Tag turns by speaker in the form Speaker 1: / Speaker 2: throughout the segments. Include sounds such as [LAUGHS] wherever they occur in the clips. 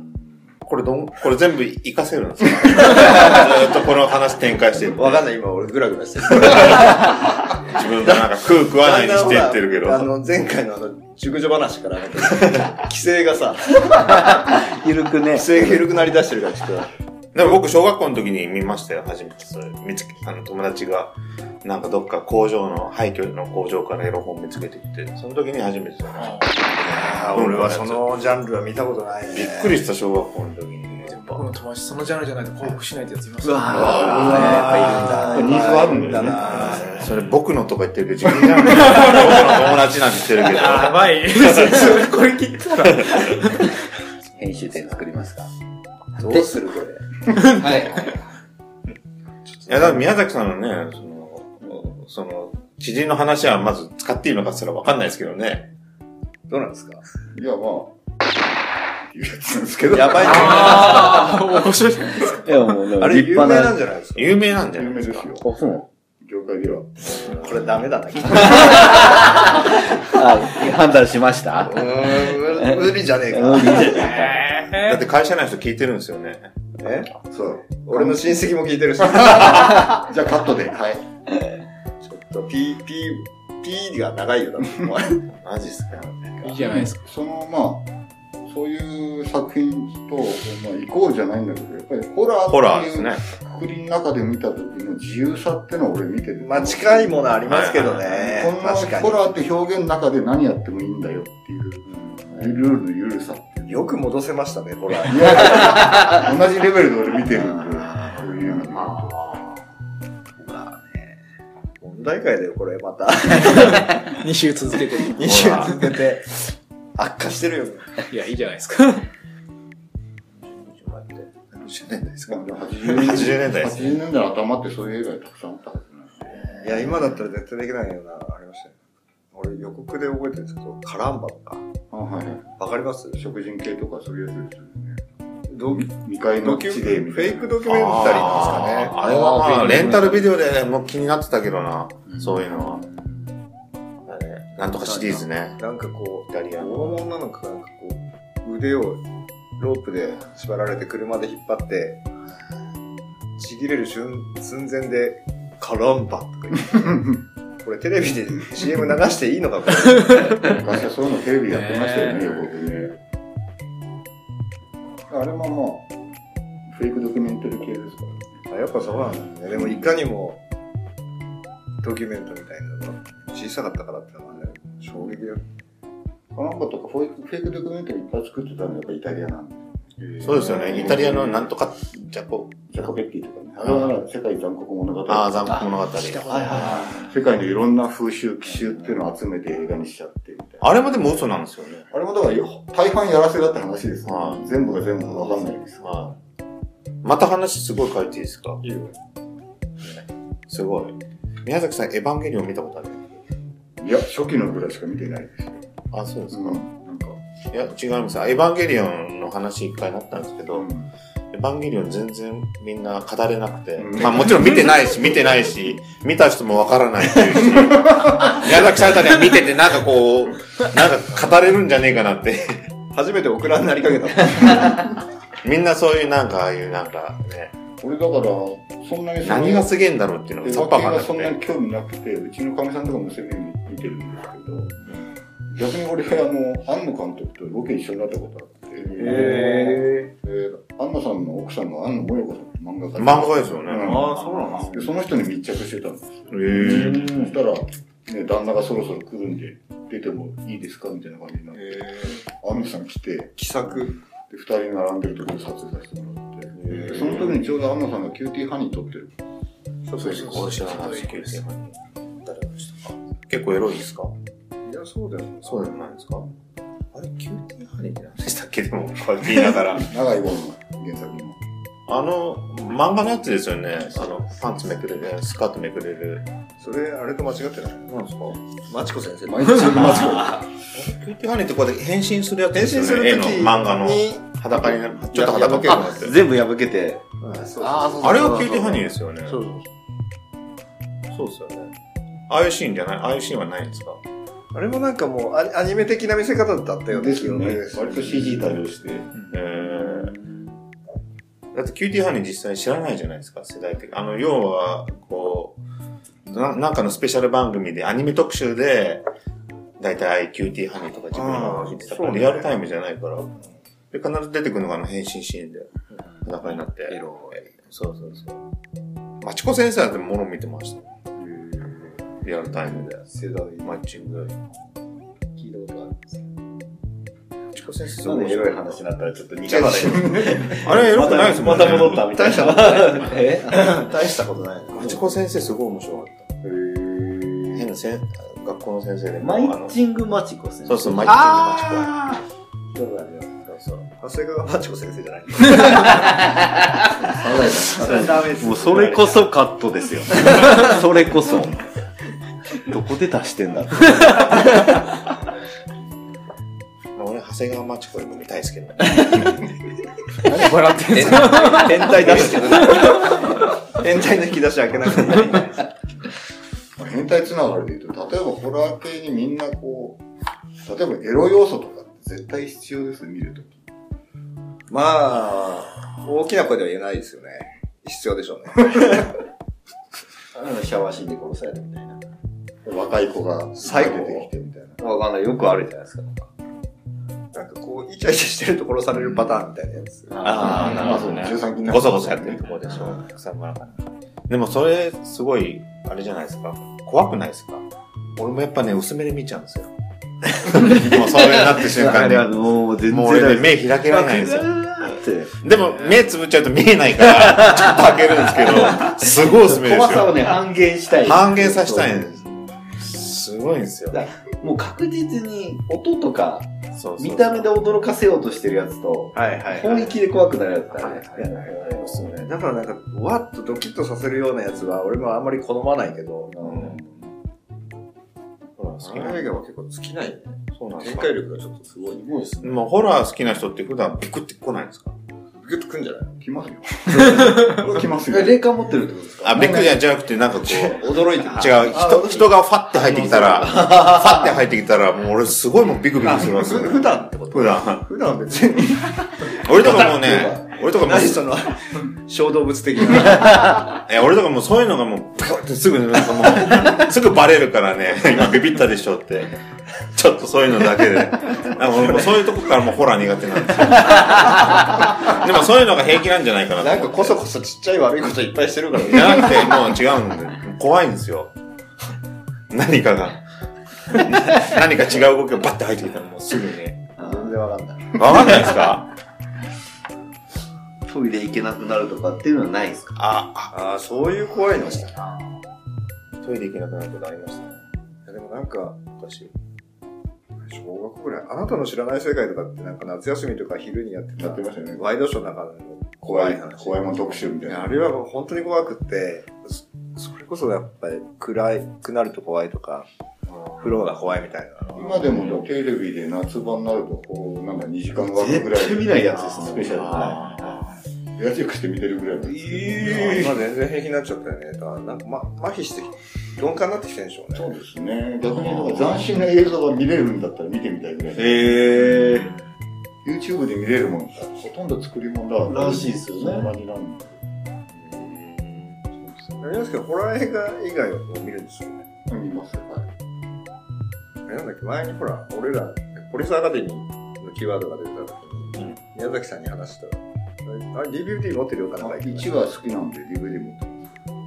Speaker 1: あ。これどん、これ全部活かせるん
Speaker 2: [LAUGHS]
Speaker 1: ですかずーっとこの話展開していって
Speaker 2: わかんない、今俺グラグラしてる。
Speaker 1: 自分がなんか食う食わないにしていってるけど。
Speaker 2: あの、前回のあの、熟女話 [LAUGHS] から、なんか規制がさ、
Speaker 3: ゆるくね
Speaker 2: 規。制が [LAUGHS] 緩くなりだしてるから、ちょっ
Speaker 1: でも僕、小学校の時に見ましたよ、初めて。それ見つけ、あの、友達が、なんかどっか工場の、廃墟の工場からエロ本見つけてきて、その時に初めてその、
Speaker 2: と。俺はそのジャンルは見たことないね。
Speaker 1: びっくりした小学校の時に。やっぱ
Speaker 4: 僕の友達そのジャンルじゃないと幸福しないってやついます
Speaker 3: う
Speaker 4: よ
Speaker 3: わ
Speaker 2: あー
Speaker 5: ニーズはあるんだよね
Speaker 2: あー
Speaker 1: それ僕のとか言ってるけど、自分じゃなくて、僕の友達なんて言ってるけど。
Speaker 4: やばい。それこれ聞いたら。
Speaker 3: 編集点作りますか。
Speaker 2: どうするこれ。
Speaker 1: いや、だから宮崎さんのね、その、その、知人の話はまず使っていいのかすらわかんないですけどね。
Speaker 2: どうなんですか
Speaker 5: いや、まあ、いうやつなんですけど。
Speaker 2: やばいね。
Speaker 4: ああ、面白いじゃないですか。
Speaker 3: いや、もう、でも
Speaker 2: あれ、
Speaker 3: 立
Speaker 2: 有名
Speaker 3: 派な。
Speaker 2: な
Speaker 3: あ、
Speaker 2: んじゃないですか
Speaker 1: 有名なんじゃな
Speaker 5: 有
Speaker 1: い
Speaker 5: 名
Speaker 1: で
Speaker 5: ですす
Speaker 1: か。
Speaker 5: よ。
Speaker 3: そう。
Speaker 5: 業界では。
Speaker 2: これダメだな、きっと
Speaker 3: あ、判断しました
Speaker 2: うーん、無理じゃねえか。
Speaker 1: だって会社内の人聞いてるんですよね。
Speaker 2: え
Speaker 5: そう。
Speaker 2: 俺の親戚も聞いてるし。
Speaker 5: じゃあカットで。はい。
Speaker 2: ちょっと P、P、P が長いよ、だってお前
Speaker 1: マジっすか。
Speaker 4: いいじゃないですか。
Speaker 5: そのまあそういう作品と、まあ、イコールじゃないんだけどやっぱりホラ
Speaker 1: ホラー
Speaker 5: ーっ
Speaker 1: で
Speaker 5: てい
Speaker 1: す
Speaker 5: う
Speaker 1: ね。
Speaker 5: くくりの中で見た時の自由さってのは俺見てる
Speaker 2: まあ近いものありますけどね。
Speaker 5: こんな
Speaker 2: 確
Speaker 5: ホ
Speaker 2: か
Speaker 5: ラーって表現の中で何やってもいいんだよっていうルールのゆるさって
Speaker 2: に。よく戻せましたね、ホラー。
Speaker 5: いや同じレベルで俺見てるんでそういう意味で言うと
Speaker 2: 問題会だよ、これ、また。
Speaker 4: 2週続けてる。
Speaker 2: 2週続けて。悪化してるよ。
Speaker 4: いや、いいじゃないですか。
Speaker 2: 90年代ですか。
Speaker 5: 80
Speaker 1: 80年代です
Speaker 5: 80年代の頭ってそういう映画がたくさんあったはずなんで
Speaker 2: いや、今だったら絶対できないような、ありましたよ。俺予告で覚えてるんですけど、カランバとか。
Speaker 5: あはいはい
Speaker 2: わかります
Speaker 5: 食人系とかそういうやつですよねど未開
Speaker 6: ド
Speaker 5: の
Speaker 6: キュ
Speaker 5: 地
Speaker 6: メ
Speaker 5: で
Speaker 6: ン
Speaker 5: み
Speaker 6: フ
Speaker 5: た
Speaker 6: ェ
Speaker 5: い
Speaker 6: イ
Speaker 5: な
Speaker 6: クドキュメンタリーなんですかね。
Speaker 1: あーあれはま
Speaker 4: あ
Speaker 1: あ、
Speaker 4: ー
Speaker 1: レンタルビデオでもう気になってたけどな、
Speaker 4: うん
Speaker 1: そういうのは。あれ、なんとかシリーズね。
Speaker 6: なんかこ
Speaker 1: イタリ
Speaker 6: う、
Speaker 1: アの。
Speaker 6: 拷問なのか、なんかこう、腕をロープで縛られて車で引っ張って、ちぎれる瞬寸前で、カランパとか言って、これテレビで CM 流していいのか、これ
Speaker 5: 昔はそういうのテレビやってましたよ
Speaker 4: ね
Speaker 5: ね、予告ね。あれももう、フェイクドキュメンタリー系ですか
Speaker 6: あやっぱそうなんだね。でもいかにも、ドキュメントみたいなのが小さかったからってのはね、衝撃だよ。
Speaker 5: ら。コロンボとかフェイクフェイクドキュメンタリーいっぱい作ってたのやっぱイタリアなんで。
Speaker 1: そうですよね。イタリアのなんとか、ジャコ、
Speaker 5: ジャコペッティとかね。あれは世界残酷物語。
Speaker 1: ああ、残酷物語。
Speaker 3: はいは
Speaker 5: 世界のいろんな風習、奇襲っていうのを集めて映画にしちゃってみたいな。
Speaker 1: あれもでも嘘なんですよね。
Speaker 5: あれもだからよ、大半やらせだって話ですね
Speaker 1: は。
Speaker 5: 全部が全部わかんないです。
Speaker 1: はい。また話すごい書いていいですか
Speaker 6: いいよ。
Speaker 1: すごい。宮崎さん、エヴァンゲリオン見たことある
Speaker 5: いや、初期のぐらいしか見てないですよ。
Speaker 1: あ、そうで
Speaker 5: うん。なんか、
Speaker 1: いや、違います。エヴァンゲリオンの話一回なったんですけど、
Speaker 5: うん
Speaker 1: エヴァンゲリオン全然みんな語れなくて、
Speaker 5: うん
Speaker 1: まあもちろん見てない
Speaker 5: [LAUGHS]
Speaker 1: し、見てないし、見た人もわからないっていうし、宮崎さんあたりは見ててなんかこう、なんか語れるんじゃねえかなって。
Speaker 6: 初めてオクラになりかけた。
Speaker 1: みんなそういうなんか、ああいうなんかね、
Speaker 5: 俺だから、そんなにその
Speaker 1: 何がすげえんだろうっていうの
Speaker 5: で
Speaker 1: がさ
Speaker 5: 絵
Speaker 1: っ
Speaker 5: 描
Speaker 1: ぱ
Speaker 5: き
Speaker 1: りわか
Speaker 5: が
Speaker 1: んな
Speaker 5: そんな
Speaker 1: く
Speaker 5: に興味なくて、うちのかみさんとか娘に見てるんですけど、逆に俺、あの、庵野監督とロケ一緒になったことあって、で、庵野さんの奥さんが庵野もよこさんって漫画
Speaker 1: て。
Speaker 5: 家
Speaker 1: 漫画ですよね。
Speaker 5: うん
Speaker 6: ああ、そうなんです
Speaker 5: でその人に密着してたんですよ。
Speaker 1: へえ。
Speaker 5: そしたら、ね、旦那がそろそろ来るんで、出てもいいですかみたいな感じになって、
Speaker 6: え
Speaker 5: 庵野さん来て、で、
Speaker 6: ー、気さく。
Speaker 5: 二人並んでるところで撮影させてもらって、でその時にちょうど庵野さんがキューティーハニー撮ってる。
Speaker 6: そうそうそう
Speaker 1: こう知らないですけど誰でしたか結構エロいですか
Speaker 6: いや、そうだよ。
Speaker 1: そうじゃないですかあれ、キューティーハニーって何でしたっけでも、これ言いながら。
Speaker 5: 長いもの原作の。
Speaker 1: [LAUGHS] あの、漫画のやつですよね。あの、パンツめくれる、スカートめくれる。
Speaker 6: それ、あれと間違ってない。
Speaker 1: なんですか
Speaker 6: マチコ先生。[LAUGHS]
Speaker 5: 毎日マジ
Speaker 1: キューティーハニーってこうやって変身するや
Speaker 6: 変
Speaker 1: つで
Speaker 6: 身
Speaker 1: すよね。
Speaker 6: する時
Speaker 1: 絵の漫画の
Speaker 6: に、
Speaker 1: 裸になる。ちょっと裸っぽく
Speaker 6: や
Speaker 1: なっ
Speaker 6: 破
Speaker 1: て
Speaker 3: い。。全部破けて。ああ、そうそうそうそう
Speaker 1: あれはキューティーハニーですよね。
Speaker 3: そうそう
Speaker 1: そうですよね。ああいうシーンじゃないああいうシーンはないんですか
Speaker 6: あれもなんかもうア、アニメ的な見せ方だったよね。
Speaker 5: ですよね
Speaker 6: 記憶。
Speaker 5: 割と CG 対応して。
Speaker 1: えー、だってキューティーハニー実際知らないじゃないですか、世代的に。あの、要は、こうな、なんかのスペシャル番組で、アニメ特集で、だいたいキューティーハニーとか自分の話ってたから、
Speaker 6: あーそうね
Speaker 1: リアルタイムじゃないから。で、必ず出てくるのがあの変身シーンで、裸になって。
Speaker 6: エロ
Speaker 1: そうそうそう。マチコ先生はでももろ見てました。リアルタイムで。
Speaker 6: 世代
Speaker 1: マッチング。
Speaker 6: 聞いたことあ
Speaker 1: マチコ先生す
Speaker 3: そう。
Speaker 1: ごい。
Speaker 3: になったらちょっと似
Speaker 6: ちゃう話
Speaker 1: あれエロくないですもんね。
Speaker 3: たみたいな。え
Speaker 6: る。大したことない。
Speaker 1: マチコ先生すごい面白かった。変なせん学校の先生でも
Speaker 3: マ
Speaker 1: あ
Speaker 3: イ
Speaker 1: の
Speaker 3: チングマチコ先生。
Speaker 1: そうそうマイチングマチコ
Speaker 3: あ
Speaker 6: 長谷川マチコ先生じゃない。
Speaker 3: あもうそれこそカットですよ。 [LAUGHS] それこそ。どこで出してんだって。
Speaker 1: まあ俺長谷川マチコでも見たいですけど
Speaker 4: 何笑ってんですか
Speaker 3: 変態出してるな。
Speaker 6: 変態の引き出し開けなくてもいい。
Speaker 5: まあ変態つながりで言うと、例えばホラー系にみんなこう、例えばエロ要素とかって絶対必要です、見るとき。
Speaker 6: まあ、大きな声では言えないですよね。必要でしょうね。
Speaker 3: シャワーシーンで殺されたみたいな。
Speaker 5: 若い子が
Speaker 3: 最後
Speaker 5: 出てきてみたいな。
Speaker 3: わかんない。よくあるじゃないですか。
Speaker 6: なんかこう、イチャイチャしてると殺されるパターンみたいなやつ。
Speaker 1: あーなるほどね
Speaker 5: まあそう13禁な
Speaker 1: ごそごそやってるところでしょ草むらかなでもそれすごいあれじゃないですか怖くないですか俺もやっぱね薄めで見ちゃうん
Speaker 3: [LAUGHS]
Speaker 1: ですよもうそれになって瞬間
Speaker 3: あれは
Speaker 1: に
Speaker 3: もう全
Speaker 1: も
Speaker 3: 然
Speaker 1: う
Speaker 3: 大
Speaker 1: 俺ね
Speaker 3: 丈
Speaker 1: 目開けられないんですよ
Speaker 3: 夫。
Speaker 1: でも目つぶっちゃうと見えないからちょっと開けるんですけどすごい薄めです
Speaker 3: 怖さを
Speaker 1: よ
Speaker 3: ね、半減したい。
Speaker 1: 半減させたいんですすごいんですよ
Speaker 3: だもう確実に音とか、
Speaker 1: そうそう
Speaker 3: 見た目で驚かせようとしてるやつと、
Speaker 6: はいは
Speaker 3: 本気で怖くなるやつだね。
Speaker 1: おすすめです
Speaker 6: だからなんか、わっとドキッとさせるようなやつは、俺もあんまり好まないけど、好
Speaker 1: ほら好き
Speaker 6: き
Speaker 1: な
Speaker 6: な映画は結構尽きないね。
Speaker 1: そうなんです
Speaker 6: 展
Speaker 1: か
Speaker 6: 開力がちょっとすごい。
Speaker 1: もうホラー好きな人って普段ビクってこないんですか
Speaker 6: ぐっとくんじゃない
Speaker 5: 来ますよ。来ますよ。
Speaker 4: 霊感持ってるってことですか
Speaker 1: あ、びっくりじゃなくて、なんかこう、
Speaker 6: 驚いてる。
Speaker 1: 違う、人、人がファって入ってきた [LAUGHS] ら、ファって入ってきたら、もう俺すごいもうビクビクするわけよ
Speaker 6: ふ普段ってこと
Speaker 1: 普段。
Speaker 6: 普段別に。
Speaker 1: [LAUGHS] 俺とかもうね、俺とかもう、
Speaker 6: 何その、小動物的な。
Speaker 1: え、俺とかもうそういうのがもう、ピコってすぐ、なんか
Speaker 6: [LAUGHS]
Speaker 1: もう、すぐバレるからね、今ビビったでしょって。ちょっとそういうのだけで。なんか俺もうそういうとこからもうホラー苦手なんで
Speaker 6: [LAUGHS]
Speaker 1: すよ。でもそういうのが平気なんじゃないかなと
Speaker 6: なんかこそこそちっちゃい悪いこといっぱいしてるから
Speaker 1: じ
Speaker 6: ね。
Speaker 1: ゃなくて、もう違うんで、怖いんですよ。何かが。何か違う動きがバッて入ってきたらもうすぐね。
Speaker 6: 全然わかんない。
Speaker 1: わかんないですか
Speaker 4: トイレ行けなくなるとかっていうのはないですか
Speaker 1: あ、
Speaker 6: ああ、そういう怖いのした
Speaker 1: トイレ行けなくなることありましたね。
Speaker 6: でもなんか、
Speaker 1: 昔。
Speaker 6: 小学校ぐらい、あなたの知らない世界とかってなんか夏休みとか昼にやってた
Speaker 5: やってましたよね
Speaker 6: ワイドショーの中で
Speaker 5: 怖
Speaker 6: 怖
Speaker 5: い
Speaker 6: い、話。
Speaker 5: 怖いもん特集みたいな。
Speaker 6: あれはもう本当に怖くって、そそれこそやっぱり暗いくなると怖いとか、フローが怖いみたいな。
Speaker 5: 今でもテレビで夏場になると、こう、なんか2時間枠ぐらい。
Speaker 4: 絶対見ないやつですね
Speaker 5: スペシャルな。やつよくして見てるぐらいの。
Speaker 6: まあ全然平気になっちゃったよね。だからなんか、ま、麻痺して、鈍感になってきてるんでしょうね。
Speaker 5: そうですね。逆になんか斬新な映像が見れるんだったら見てみたいぐらい。
Speaker 1: へえ。
Speaker 5: YouTube で見れるもんさ、ほとんど作り物だから
Speaker 4: しいですよね
Speaker 5: その場になん
Speaker 6: あれですけど、ホラー映画以外はもう見るんですよね。
Speaker 5: 見ますよ。はい
Speaker 6: あれなんだっけ、前にほら、俺ら、ポリスアカデミーのキーワードが出てた時に、宮崎さんに話したら、あれ DVD 持ってるよかなんか言ってた
Speaker 5: 1話好きなんで DVD 持ってま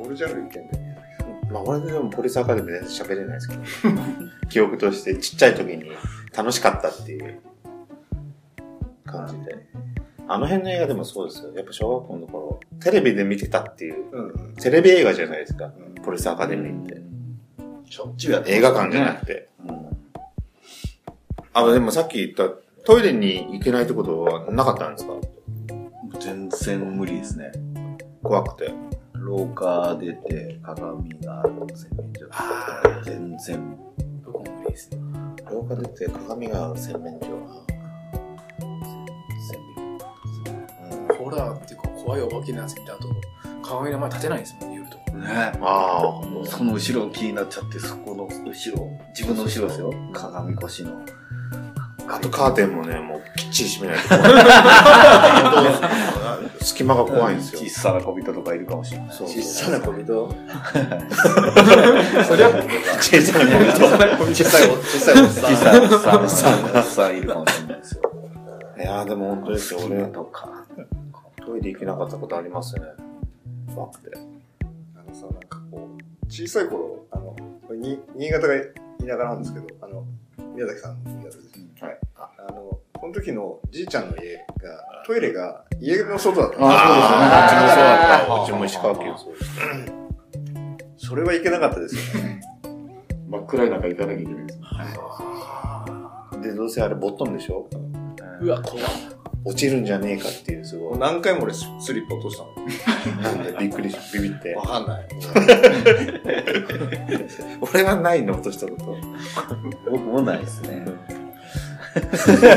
Speaker 6: オールジャンルいけんだよね。
Speaker 1: まあ俺でもポリスアカデミーで喋れないですけど、記憶としてちっちゃい時に楽しかったっていう感じで。あの辺の映画でもそうですよ。やっぱ小学校の頃、テレビで見てたっていう、
Speaker 6: うん。
Speaker 1: テレビ映画じゃないですか。ポリスアカデミーって。
Speaker 4: しょっちゅうやって
Speaker 1: 映画館じゃなくて。あ、でもさっき言った、トイレに行けないってことはなかったんですか
Speaker 4: 全然無理ですね
Speaker 1: 怖くて。
Speaker 4: 廊下出て鏡が洗面所全然僕も無理ですね
Speaker 1: 廊下出て鏡がある洗面所
Speaker 7: ホラーっていうか怖いお化けのやつ見た後、鏡の前立てないですもんね、夜とか。
Speaker 4: ね
Speaker 1: ああ。
Speaker 4: その後ろ気になっちゃってそこの後ろ自分の後ろですよ鏡越しの
Speaker 1: あとカーテンもね、もうきっちり閉めない
Speaker 6: [LAUGHS]
Speaker 1: と怖い。隙間が怖いんですよ
Speaker 4: 小。さな小人とかいるかもしれない
Speaker 1: そう
Speaker 6: 小さな小
Speaker 1: [LAUGHS]
Speaker 6: 人。小さいお、
Speaker 1: 小さな小人
Speaker 6: 小さいおっさん。
Speaker 4: 小さなおっさんおっさんおっさんいるかもしれないですよ
Speaker 1: いやーでも本当ですよ。
Speaker 4: 隙間
Speaker 1: 俺、
Speaker 4: とか
Speaker 1: トイレ行けなかったことありますね。怖くて。
Speaker 6: あのさ、なんかこう、小さい頃、あの、これに新潟が田舎なんですけど、あの、宮崎さんの新潟です。はい。ああの、この時のじいちゃんの家が、トイレが家の外だったんですよ
Speaker 1: ああ、うちもそうだった。うちも石川県そうです。
Speaker 6: それはいけなかったですよね。
Speaker 5: す。真っ暗い中行かなきゃいけないです。
Speaker 1: で、どうせあれボットンでしょ
Speaker 7: うわ、怖い。
Speaker 1: 落ちるんじゃねえかっていう、すごい。
Speaker 6: 何回も俺ススリップ落としたの。
Speaker 1: なんでびっくりし、ビビって
Speaker 6: わ。かんない。
Speaker 1: 俺がないの落としたこと。
Speaker 4: 僕もないですね
Speaker 1: スリッパ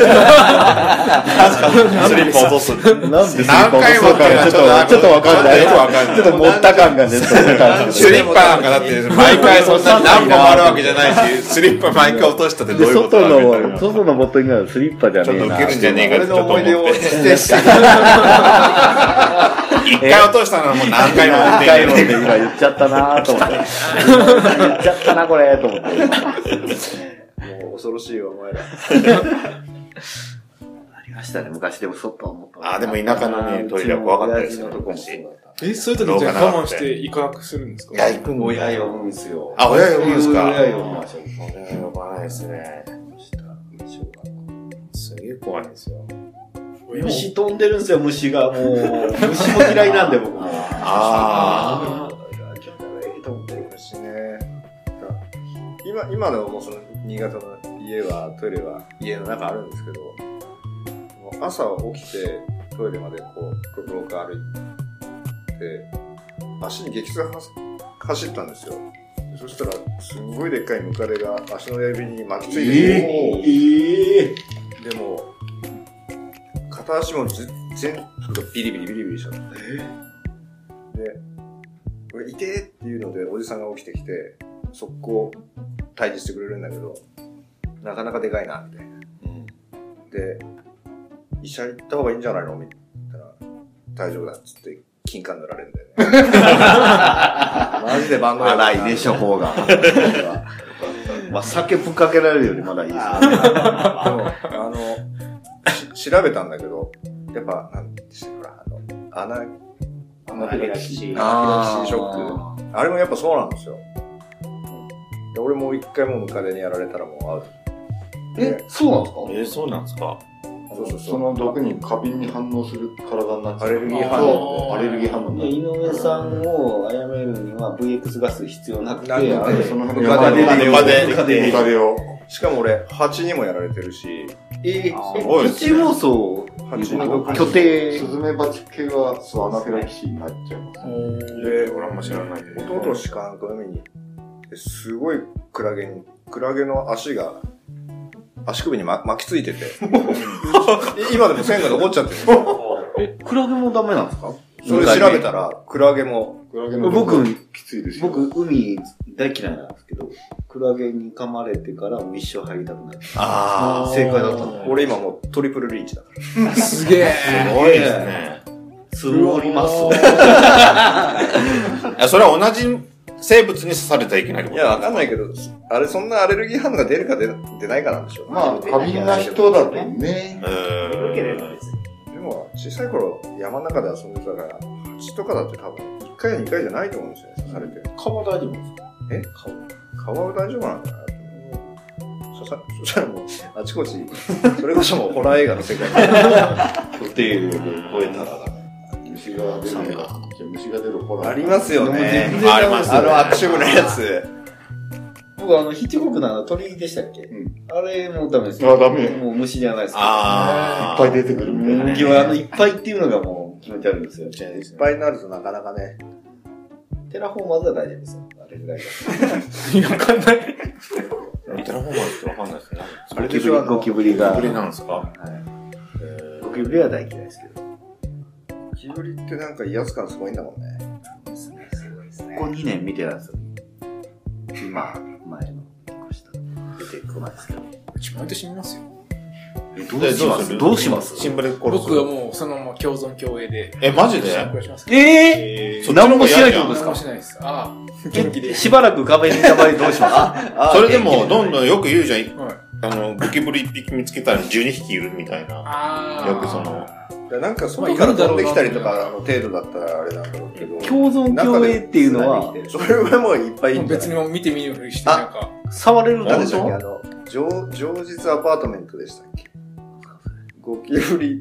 Speaker 1: 落とす。
Speaker 3: なんで
Speaker 1: 何回も
Speaker 3: かちょっと、ちょっとわかんない。
Speaker 1: ちょっとわかんない
Speaker 3: ちょっと持った感が出てる感じ
Speaker 1: スリッパなんかだって、毎回そんな何本もあるわけじゃないし、スリッパ毎回落としたってどう
Speaker 3: で、
Speaker 1: いうこと
Speaker 3: 外
Speaker 1: だみたい
Speaker 3: の、
Speaker 1: な。
Speaker 3: 外のボトルがスリッパじゃ
Speaker 1: ちょ
Speaker 3: ね
Speaker 1: っ
Speaker 3: え
Speaker 1: と
Speaker 3: な
Speaker 1: ウケ。るんじゃねえかってちょっと思って。
Speaker 6: して
Speaker 1: 一回落としたのはもう何回も
Speaker 3: 何回も
Speaker 1: 思
Speaker 3: っ
Speaker 1: っててん
Speaker 3: 今言っちゃったなと思って。言っちゃったな、これ、と思
Speaker 1: [LAUGHS]
Speaker 3: って。
Speaker 6: もう恐ろしいよ、お前ら。
Speaker 4: ありましたね昔でも外はもっと
Speaker 1: あーでも田舎のねトイレは怖かったですよ
Speaker 4: うちの親父のとこもそうだった
Speaker 7: え、そういう時じゃあ我慢して威嚇するんですか
Speaker 1: いや、行くんだ
Speaker 4: 親呼ぶんですよ
Speaker 1: あ、親呼ぶんですか
Speaker 4: 親呼びましょう
Speaker 1: 親呼ばないですね。すげえ怖いんですよ。
Speaker 4: 虫飛んでるんですよ、虫が。もう、虫も嫌いなんで、僕も。
Speaker 1: あ
Speaker 4: [LAUGHS] あー。気持ち悪いと思ってる
Speaker 6: しね。今、今のもうその新潟の家は、トイレは家の中あるんですけど、もう朝起きてトイレまでこう、廊下歩いて、足に激痛が走走ったんですよ。そしたら、すんごいでっかいムカデが足の指に巻きついてて、
Speaker 4: え
Speaker 6: でも、
Speaker 1: 片足もず全部ビリビリビリビリしちゃって。で、俺、いてーっていうので、おじさんが起きてきて、速攻退治してくれるんだけど、なかなかでかいな、みたいな。で、医者行った方がいいんじゃないのみたいな。大丈夫だっつって、金管塗られるんだよ [LAUGHS] ね。マジで番号やば
Speaker 8: 荒いね、処方が。 [LAUGHS] まあ、酒ぶっかけられるよりまだいいですよね。
Speaker 1: でも、あの、し調べたんだけど、やっぱ、なんてしたら、あの、アナ、アナフィラキシー。アナフィラキシーショック。あれもやっぱそうなんですよ。で俺もう一回もムカデにやられたらもうアウト。
Speaker 5: え
Speaker 1: で、
Speaker 5: そうなんですか
Speaker 2: えー、そうなんですか
Speaker 1: そうそうそう
Speaker 5: その毒に過敏に反応する体になっちゃう。
Speaker 1: アレルギー
Speaker 7: 反応
Speaker 5: そうアレルギー反応になっちゃう
Speaker 4: 井上さんを殺めるには VX ガス必要なくて、
Speaker 1: なくて
Speaker 4: あれ
Speaker 5: その辺
Speaker 1: ムカデに
Speaker 5: ム
Speaker 1: ムカデに
Speaker 5: カデにムカデを。
Speaker 1: しかも俺、蜂にもやられてるし、
Speaker 4: え
Speaker 2: すごいです
Speaker 4: 土妄想、
Speaker 1: 蜂の毒
Speaker 4: 拠
Speaker 5: ス
Speaker 4: 点、
Speaker 5: ズメバチ系はそうアナフィラキシーになっちゃいます。
Speaker 2: えー、俺あんま知らないけど。
Speaker 1: 弟としかなんか海に行って、すごいクラゲに、クラゲの足が、足首に、ま、巻きつ
Speaker 2: [LAUGHS]
Speaker 1: いてて、今でも線が残っちゃってる。
Speaker 8: え、クラゲもダメなんですか
Speaker 1: それ調べたら、クラゲも、
Speaker 5: クラゲの
Speaker 4: 僕
Speaker 5: きついですよ。
Speaker 4: 僕、海大嫌いなんですけど、クラゲに噛まれてからもう一生入りたくない。
Speaker 8: あ
Speaker 4: 正解だったの。
Speaker 1: 俺今もうトリプルリーチだから。
Speaker 7: すげえ。
Speaker 2: すごいですね。
Speaker 4: 積もります。
Speaker 7: [LAUGHS]
Speaker 2: いや、それは同じ生物に刺されたらいけないって
Speaker 1: い
Speaker 2: こと
Speaker 1: や、わかんないけど、あれ、そんなアレルギー反応が出るか出出ないかなんでしょう。
Speaker 5: まあ、過敏な人だとね、
Speaker 2: えー、
Speaker 1: でも、小さい頃、山の中で遊んでたから、蜂とかだって多分、1回や2回じゃないと思うんですよね、刺されて。
Speaker 4: 顔は大丈夫です
Speaker 1: え顔顔は大丈夫なんだなってそしたそしたらもう、あちこ [LAUGHS] ち、それこそもうホラー映画の世界で。
Speaker 8: っていう超えたら。
Speaker 5: 虫が出るから、虫が出るほら。
Speaker 1: ありますよね。
Speaker 2: ああります
Speaker 1: あの、あっちゅうのやつ。
Speaker 4: 僕、あの、ヒッチコックのあの鳥でしたっけ、
Speaker 5: うん
Speaker 4: あれもうダメです
Speaker 5: あダメ
Speaker 4: もう虫じゃないですけど。
Speaker 2: あ
Speaker 5: いっぱい出てくるみたいな。
Speaker 4: 人間はあの、いっぱいっていうのがもう気持ち悪いんですよ。
Speaker 1: いっぱいになるとなかなかね。
Speaker 4: テラフォーマーズは大丈夫ですよ。あれぐらいが。
Speaker 2: ー。テラフォーマーズってわかんないですね。
Speaker 1: あれでしょあの
Speaker 4: ゴキブリ
Speaker 2: ゴ
Speaker 4: が
Speaker 2: キブリ。なんですか
Speaker 4: ゴキブリは大嫌いですけど。
Speaker 1: 木ぶりってなんか威圧感すごいんだもんね。
Speaker 4: ここ2年見てたんですよ。今、前の引っ越した。出てこないですけど。
Speaker 7: うち毎年見ますよ。
Speaker 8: えどうしますどうします
Speaker 2: シンバル殺す
Speaker 7: 僕はもうそのまま共存共栄で。
Speaker 2: え、マジで
Speaker 7: シンクロします
Speaker 8: え
Speaker 2: え
Speaker 8: ー何もしないってことで
Speaker 7: どう
Speaker 8: す
Speaker 7: す
Speaker 8: か
Speaker 7: かもしれないです。あ
Speaker 8: 元気で。しばらく画面にたまりどうします
Speaker 2: それでも、どんどんよく言うじゃん。
Speaker 7: あ。はい。
Speaker 2: あの、ゴキブリ1匹見つけたら12匹いるみたいな。
Speaker 7: ああ。
Speaker 2: よくその。
Speaker 1: でなんか外から飛んできたりとかの程度だったらあれなんだろうけど。
Speaker 8: 共存共栄っていうのは、
Speaker 1: それはもういっぱいい
Speaker 7: も
Speaker 1: ん
Speaker 7: う
Speaker 1: だ
Speaker 7: 別にもう見て見ぬふりして、なんか。
Speaker 8: 触れるん
Speaker 1: 何
Speaker 8: で
Speaker 1: でし
Speaker 8: したょ
Speaker 1: っけあの、上、上日アパートメントでしたっけゴキブリ、い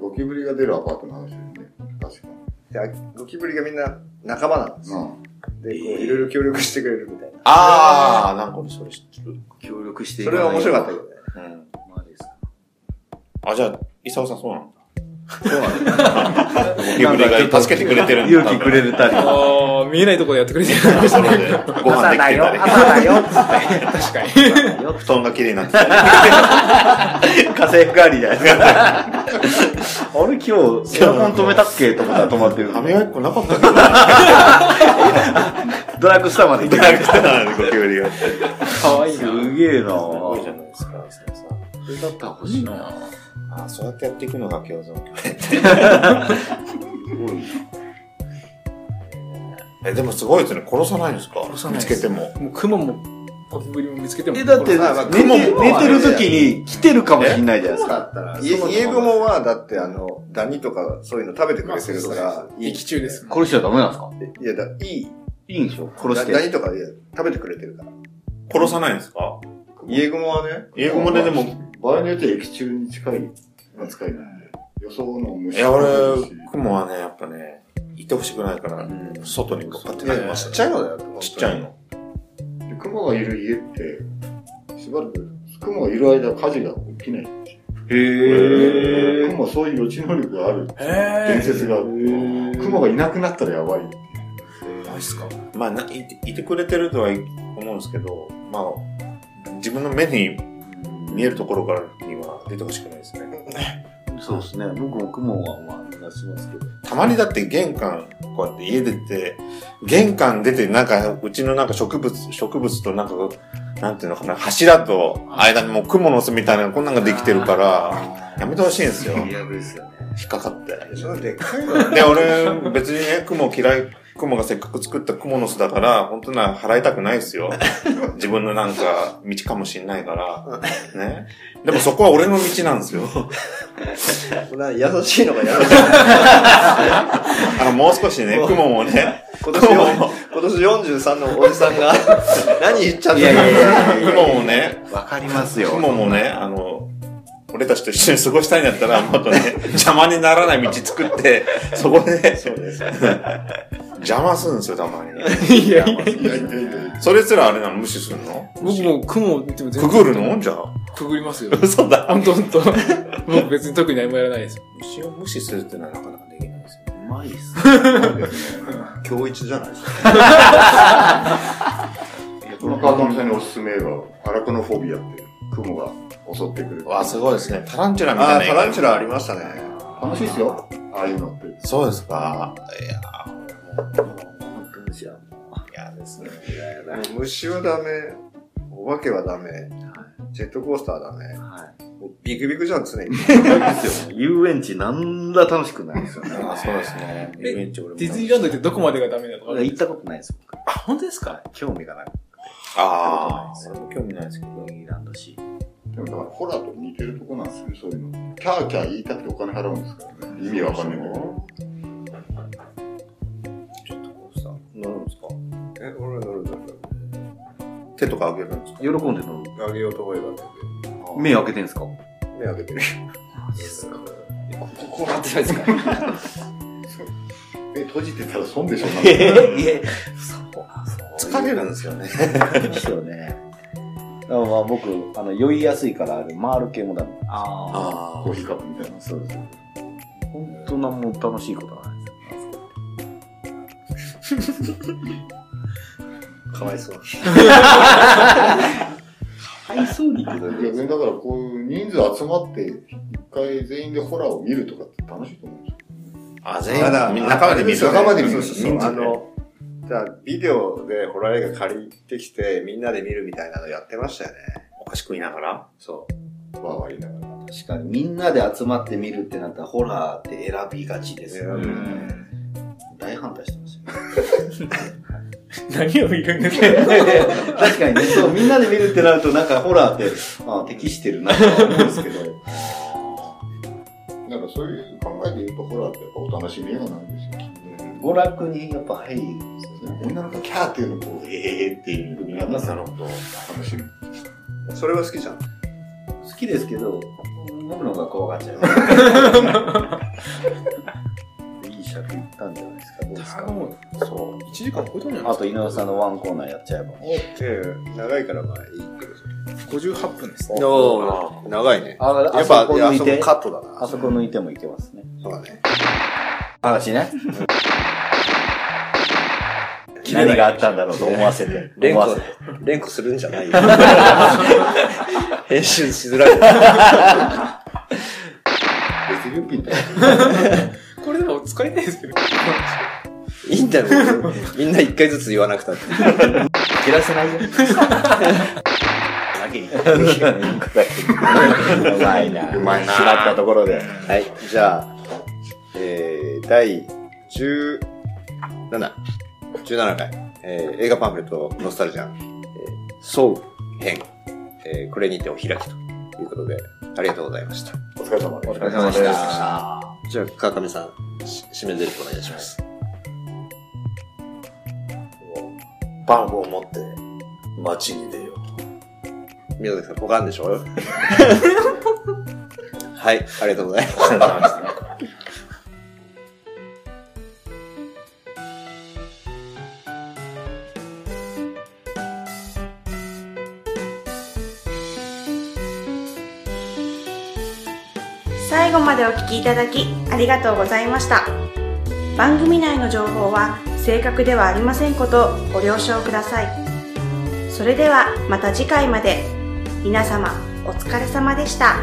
Speaker 5: ゴキブリが出るアパートの話ですね。確か
Speaker 1: や、ゴキブリがみんな仲間なんです
Speaker 5: に。
Speaker 1: よ。
Speaker 5: うん。
Speaker 1: で、こう、いろいろ協力してくれるみたいな。
Speaker 2: ああ、なんか俺それ知ってる。
Speaker 4: 協力してい
Speaker 1: それは面白かったけ
Speaker 4: よ。
Speaker 1: どね。
Speaker 2: うん。
Speaker 4: まあですか
Speaker 2: あ、じゃあ、伊沢さんそうなんだ。
Speaker 4: そうなんです
Speaker 2: ゴキブリが助けてくれてるんだ。
Speaker 8: 勇気くれるたり。
Speaker 7: ああ、見えないところでやってくれてる。確
Speaker 2: それで、ご飯できてたり、
Speaker 4: だよ。
Speaker 7: か
Speaker 2: [LAUGHS]
Speaker 7: に。
Speaker 2: 布団が綺麗になってたり。
Speaker 8: 家政婦代わりじゃないですか。あれ今日、エアコン止めたっけと思ったら止まって
Speaker 2: 歯
Speaker 8: る。
Speaker 2: 磨き粉なかったけど、
Speaker 4: [LAUGHS]
Speaker 8: ドラッグスターまで行って
Speaker 2: 早くしてたのにゴキブリが。
Speaker 8: かわいいすげえな
Speaker 2: すごいじゃないですか、伊沢さん。
Speaker 4: それだったら欲しいな。
Speaker 2: ああ、そうやってやっていくのが共存共栄 [LAUGHS] って。え、でもすごいですね。殺さないんですか
Speaker 7: 殺さない
Speaker 2: 見
Speaker 7: で
Speaker 2: つ
Speaker 7: す
Speaker 2: けても。
Speaker 7: もう雲も、ゴキブリも見つけても。
Speaker 8: え、だって
Speaker 7: 殺さ
Speaker 8: な、寝て寝てる時に来てるかもしんないじゃないですか。
Speaker 4: だったら、
Speaker 1: 家家雲は、だってあの、ダニとかそういうの食べてくれてるか
Speaker 7: まあ
Speaker 1: ら、いい
Speaker 7: 生き中です。
Speaker 8: 殺しちゃダメなんですか
Speaker 1: いや、だ、いい。
Speaker 8: いいんでしょ殺
Speaker 1: ダ
Speaker 8: して。
Speaker 1: ダニとかいや食べてくれてるから。
Speaker 2: 殺さないんですか
Speaker 1: 家雲はね、
Speaker 2: 英語もね、でも、
Speaker 5: 場合によっては液中に近い扱いなんで、予想の
Speaker 2: い
Speaker 5: 虫
Speaker 2: や、
Speaker 5: も
Speaker 2: 俺、雲はね、やっぱね、いてほしくないから、外にこうパッて投げまし
Speaker 1: ち
Speaker 2: た
Speaker 1: っ
Speaker 2: ね。
Speaker 1: ちゃいのだよ。
Speaker 2: ちっちゃいの。
Speaker 5: で雲がいる家って、しばらく、雲がいる間火事が起きない。
Speaker 8: へ
Speaker 5: 雲はそういう予知能力がある
Speaker 7: へ
Speaker 5: 伝説がある。雲がいなくなったらやばい。
Speaker 7: え。マジっすか
Speaker 2: まあないて、いてくれてるとは思うんですけど、まあ、自分の目に見えるところからには出てほしくないですね。
Speaker 4: そうですね。僕も雲はまあ、出しますけど。
Speaker 1: たまにだって玄関、こうやって家出て、玄関出て、なんか、うちのなんか植物、植物となんか、なんていうのかな、柱と間にもう蜘蛛の巣みたいな、こんなんができてるから、やめてほしいんですよ。
Speaker 4: リアルですよね。
Speaker 1: 引っかかって。
Speaker 6: それでっかいわ。
Speaker 1: で、俺、別にね、蜘蛛嫌い、蜘蛛がせっかく作った蜘蛛の巣だから、本当なら払いたくないですよ。自分のなんか、道かもしんないから。ね。でもそこは俺の道なんですよ。
Speaker 6: な優しいのがやらしい。
Speaker 1: あの、もう少しね、蜘蛛もね、
Speaker 6: 今年
Speaker 2: [LAUGHS]
Speaker 6: よ、今年43のおじさんが、何言っちゃった
Speaker 4: いやいやいや
Speaker 1: 蜘蛛もね、
Speaker 4: わかりますよ。
Speaker 1: 雲もね、あの、俺たちと一緒に過ごしたいんだったら、もっとね、邪魔にならない道作って、そこで、邪魔するんですよ、たまにね。
Speaker 7: いやいや、
Speaker 5: いやいやいやいや
Speaker 1: それすらあれなの無視するの
Speaker 7: 僕も雲を見ても全
Speaker 1: く
Speaker 7: 然。
Speaker 1: ぐるのじゃあ。
Speaker 7: くぐりますよ。
Speaker 1: 嘘だ。
Speaker 7: ほんとほん [LAUGHS] と。僕別に特に何もやらないです。
Speaker 1: 虫を無視するってのはなかなかできないですよ。
Speaker 4: うまいっす
Speaker 2: 今日一じゃないですか。
Speaker 5: この川上さんにおすすめは、アラクノフォビアっていう、雲が襲ってくる。
Speaker 1: わあ、すごいですね。タランチュラみ
Speaker 2: ああ、
Speaker 1: たい
Speaker 2: タ
Speaker 1: な。
Speaker 2: ランチュラありましたね。
Speaker 5: 楽しいですよ。ああいうのって。
Speaker 1: そうですか。いや
Speaker 4: 本当ですよ。
Speaker 1: ー、いやですね。
Speaker 2: もう虫はダメ、お化けはダメ、ジェットコースターダメ。
Speaker 4: は
Speaker 2: もうビクビクじゃん、常に。
Speaker 4: い。ですよ。遊園地なんだ楽しくないですよね。
Speaker 1: あそうですね。
Speaker 7: え
Speaker 1: イメージ俺も
Speaker 7: ディズニーランドってどこまでがダメなのか
Speaker 4: 行ったことないです、僕。
Speaker 7: あ、本当ですか
Speaker 4: 興味がない。
Speaker 1: ああ、俺も興味ないですけど。
Speaker 4: ディズニーランドし。
Speaker 5: でもだからホラーと似てるとこなんですよね、そういうの。キャーキャー言いたくてお金払うんですからね。意味わかんないけど。
Speaker 1: ちょっとこうさ、乗るんですか
Speaker 6: え、俺乗るだ
Speaker 1: 手とか上げるんですか
Speaker 4: 喜んで [LAUGHS] 乗
Speaker 6: け。
Speaker 4: る。
Speaker 6: あげようと思えばね。
Speaker 4: 目開けてんすか
Speaker 6: 目開けてる。
Speaker 7: こうなってな
Speaker 5: [LAUGHS]
Speaker 7: いですか
Speaker 5: え、閉じてたら損でしょ、
Speaker 4: [LAUGHS] え
Speaker 5: なんか
Speaker 4: え、そうなんです
Speaker 1: 疲れるんですよね。
Speaker 4: ですよね。だからまあ僕、あの、酔いやすいから、あれ、回る系もダメ。ああ。
Speaker 1: あ
Speaker 5: コーヒーカップみたいな。
Speaker 4: そうです。本当なんも楽しいことはないです。 [LAUGHS]
Speaker 6: かわいそう。
Speaker 4: かわいそうに
Speaker 5: 逆にだからこういう人数集まって、一回全員でホラーを見るとかって楽しいと思うんですよ。
Speaker 1: あ、全
Speaker 6: ただ、
Speaker 1: 員、仲間で見る。
Speaker 6: 仲間で見
Speaker 1: そ
Speaker 6: る。
Speaker 1: う
Speaker 6: そう
Speaker 1: そう
Speaker 6: そ
Speaker 1: そうう。
Speaker 6: あ
Speaker 1: あの、
Speaker 6: の、じゃあ、ビデオでホラー映画借りてきて、みんなで見るみたいなのやってましたよね。
Speaker 1: お菓子食いながら。
Speaker 6: そう。
Speaker 5: わーわー言いながら。
Speaker 4: 確かに、みんなで集まって見るってなったら、ホラーって選びがちですよね。大反対してますよ。
Speaker 7: 何を言うんですか
Speaker 4: 確かにね、そう、みんなで見るってなると、なんかホラーって、あ適してるなとは思うんですけ [LAUGHS] ど。
Speaker 5: だからそういう考えで言うとホラーってやっぱお楽しみ映画なんですよ。
Speaker 4: 娯楽にやっぱ入るんですよね。
Speaker 5: 女の子キャーっていうのをこう、ええーっていう組み合わせのことを楽しみ。
Speaker 6: それは好きじゃん。
Speaker 4: 好きですけど、飲むのが怖がっちゃう。いい尺いったんじゃないですか、どうですか。
Speaker 7: もう、そう。1時間超えたんじゃない
Speaker 4: あと、井上さんのワンコーナーやっちゃえば。
Speaker 6: ええ、長いからまあいいけ
Speaker 7: 58分ですね。
Speaker 6: ど。お長いね。
Speaker 4: あ、
Speaker 6: や
Speaker 4: あ
Speaker 6: っ
Speaker 4: そ
Speaker 6: ぱ、
Speaker 4: こ
Speaker 6: いやあ
Speaker 4: 抜い
Speaker 6: そこ
Speaker 4: て、
Speaker 6: カットだ
Speaker 4: あ
Speaker 6: な。
Speaker 4: そこ抜いてもいけますね。
Speaker 6: そうだね。
Speaker 4: 話ね。何があったんだろうと思わせて。
Speaker 6: 連
Speaker 4: 思わ
Speaker 6: 呼
Speaker 4: せて。、
Speaker 6: 連呼するんじゃ
Speaker 1: [LAUGHS]
Speaker 6: ないよ。編集しづらい。
Speaker 5: 別にルピンって
Speaker 7: これでも使いたいですけど。
Speaker 6: いいんだよ、もうみんな一回ずつ言わなくたって。
Speaker 4: 切らせないよ。うまいな。うまいな。しまったところで。
Speaker 6: はい、じゃあ、えー、第17、17回、えー映画パンフレットノスタルジア、えー、総編、えーこれにてお開きということで、ありがとうございました。
Speaker 5: お疲れ様です。
Speaker 4: お疲れ様でした。
Speaker 6: じゃあ、川上さん、し締め台詞お願いします。
Speaker 1: バンを持って、街に出よ
Speaker 6: 宮崎さん、ポカンでしょはい、ありがとうございます。
Speaker 1: う。
Speaker 9: 最後までお聞きいただきありがとうございました番組内の情報は正確ではありませんことをご了承くださいそれではまた次回まで皆様お疲れ様でした。